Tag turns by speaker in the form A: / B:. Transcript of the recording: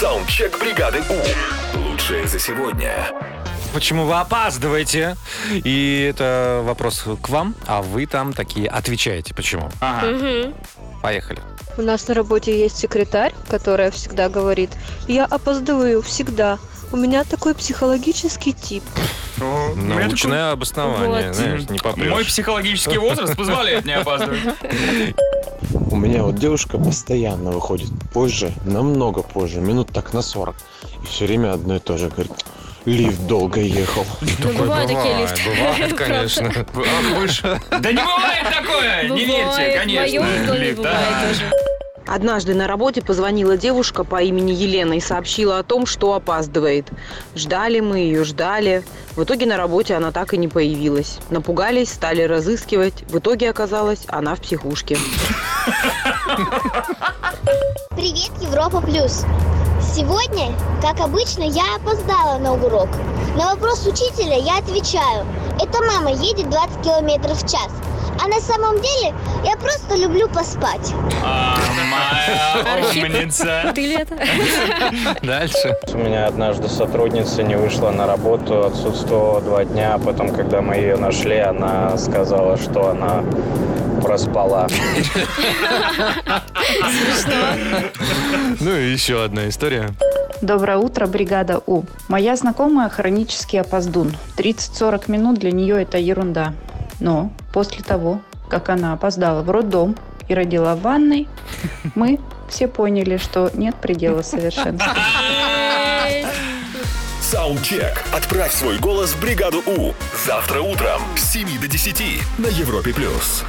A: Саундчек бригады У. Лучшее за сегодня.
B: Почему вы опаздываете? И это вопрос к вам, а вы там такие отвечаете. Почему? Поехали.
C: У нас на работе есть секретарь, которая всегда говорит, я опаздываю всегда. У меня такой психологический тип.
D: Ну, у меня такой-
B: Научное обоснование,
C: Вот.
B: знаешь, не попрешь.
D: Мой психологический возраст позволяет не опаздывать.
E: У меня вот девушка постоянно выходит позже, намного позже, минут так на 40. И все время одно и то же говорит. Лифт долго ехал.
B: Такое
F: бывают такие лифты.
B: Бывает, конечно. А
D: Да не бывает такое! Не верьте,
F: Бывает,
D: конечно.
F: В моем доме
D: Лифт,
F: бывает
D: да.
F: тоже.
G: Однажды на работе позвонила девушка по имени Елена и сообщила о том, что опаздывает. Ждали мы ее, ждали. В итоге на работе она так и не появилась. Напугались, стали разыскивать. В итоге оказалось, она в психушке.
H: Привет, Европа Плюс! Сегодня, как обычно, я опоздала на урок. На вопрос учителя я отвечаю. Это мама едет 20 километров в час. А на самом деле я просто люблю поспать.
D: А, моя
F: Архип.
D: умница.
F: Ты ли это?
B: Дальше.
I: У меня однажды сотрудница не вышла на работу, отсутствовала два дня. а Потом, когда мы ее нашли, она сказала, что она проспала.
B: Ну и еще одна история.
J: Доброе утро, бригада У. Моя знакомая хронический опоздун. 30-40 минут для нее это ерунда. Но после того, как она опоздала в роддом и родила в ванной, мы все поняли, что нет предела совершенства.
A: Саундчек. Отправь свой голос в бригаду У. Завтра утром с 7 до 10 на Европе+. плюс.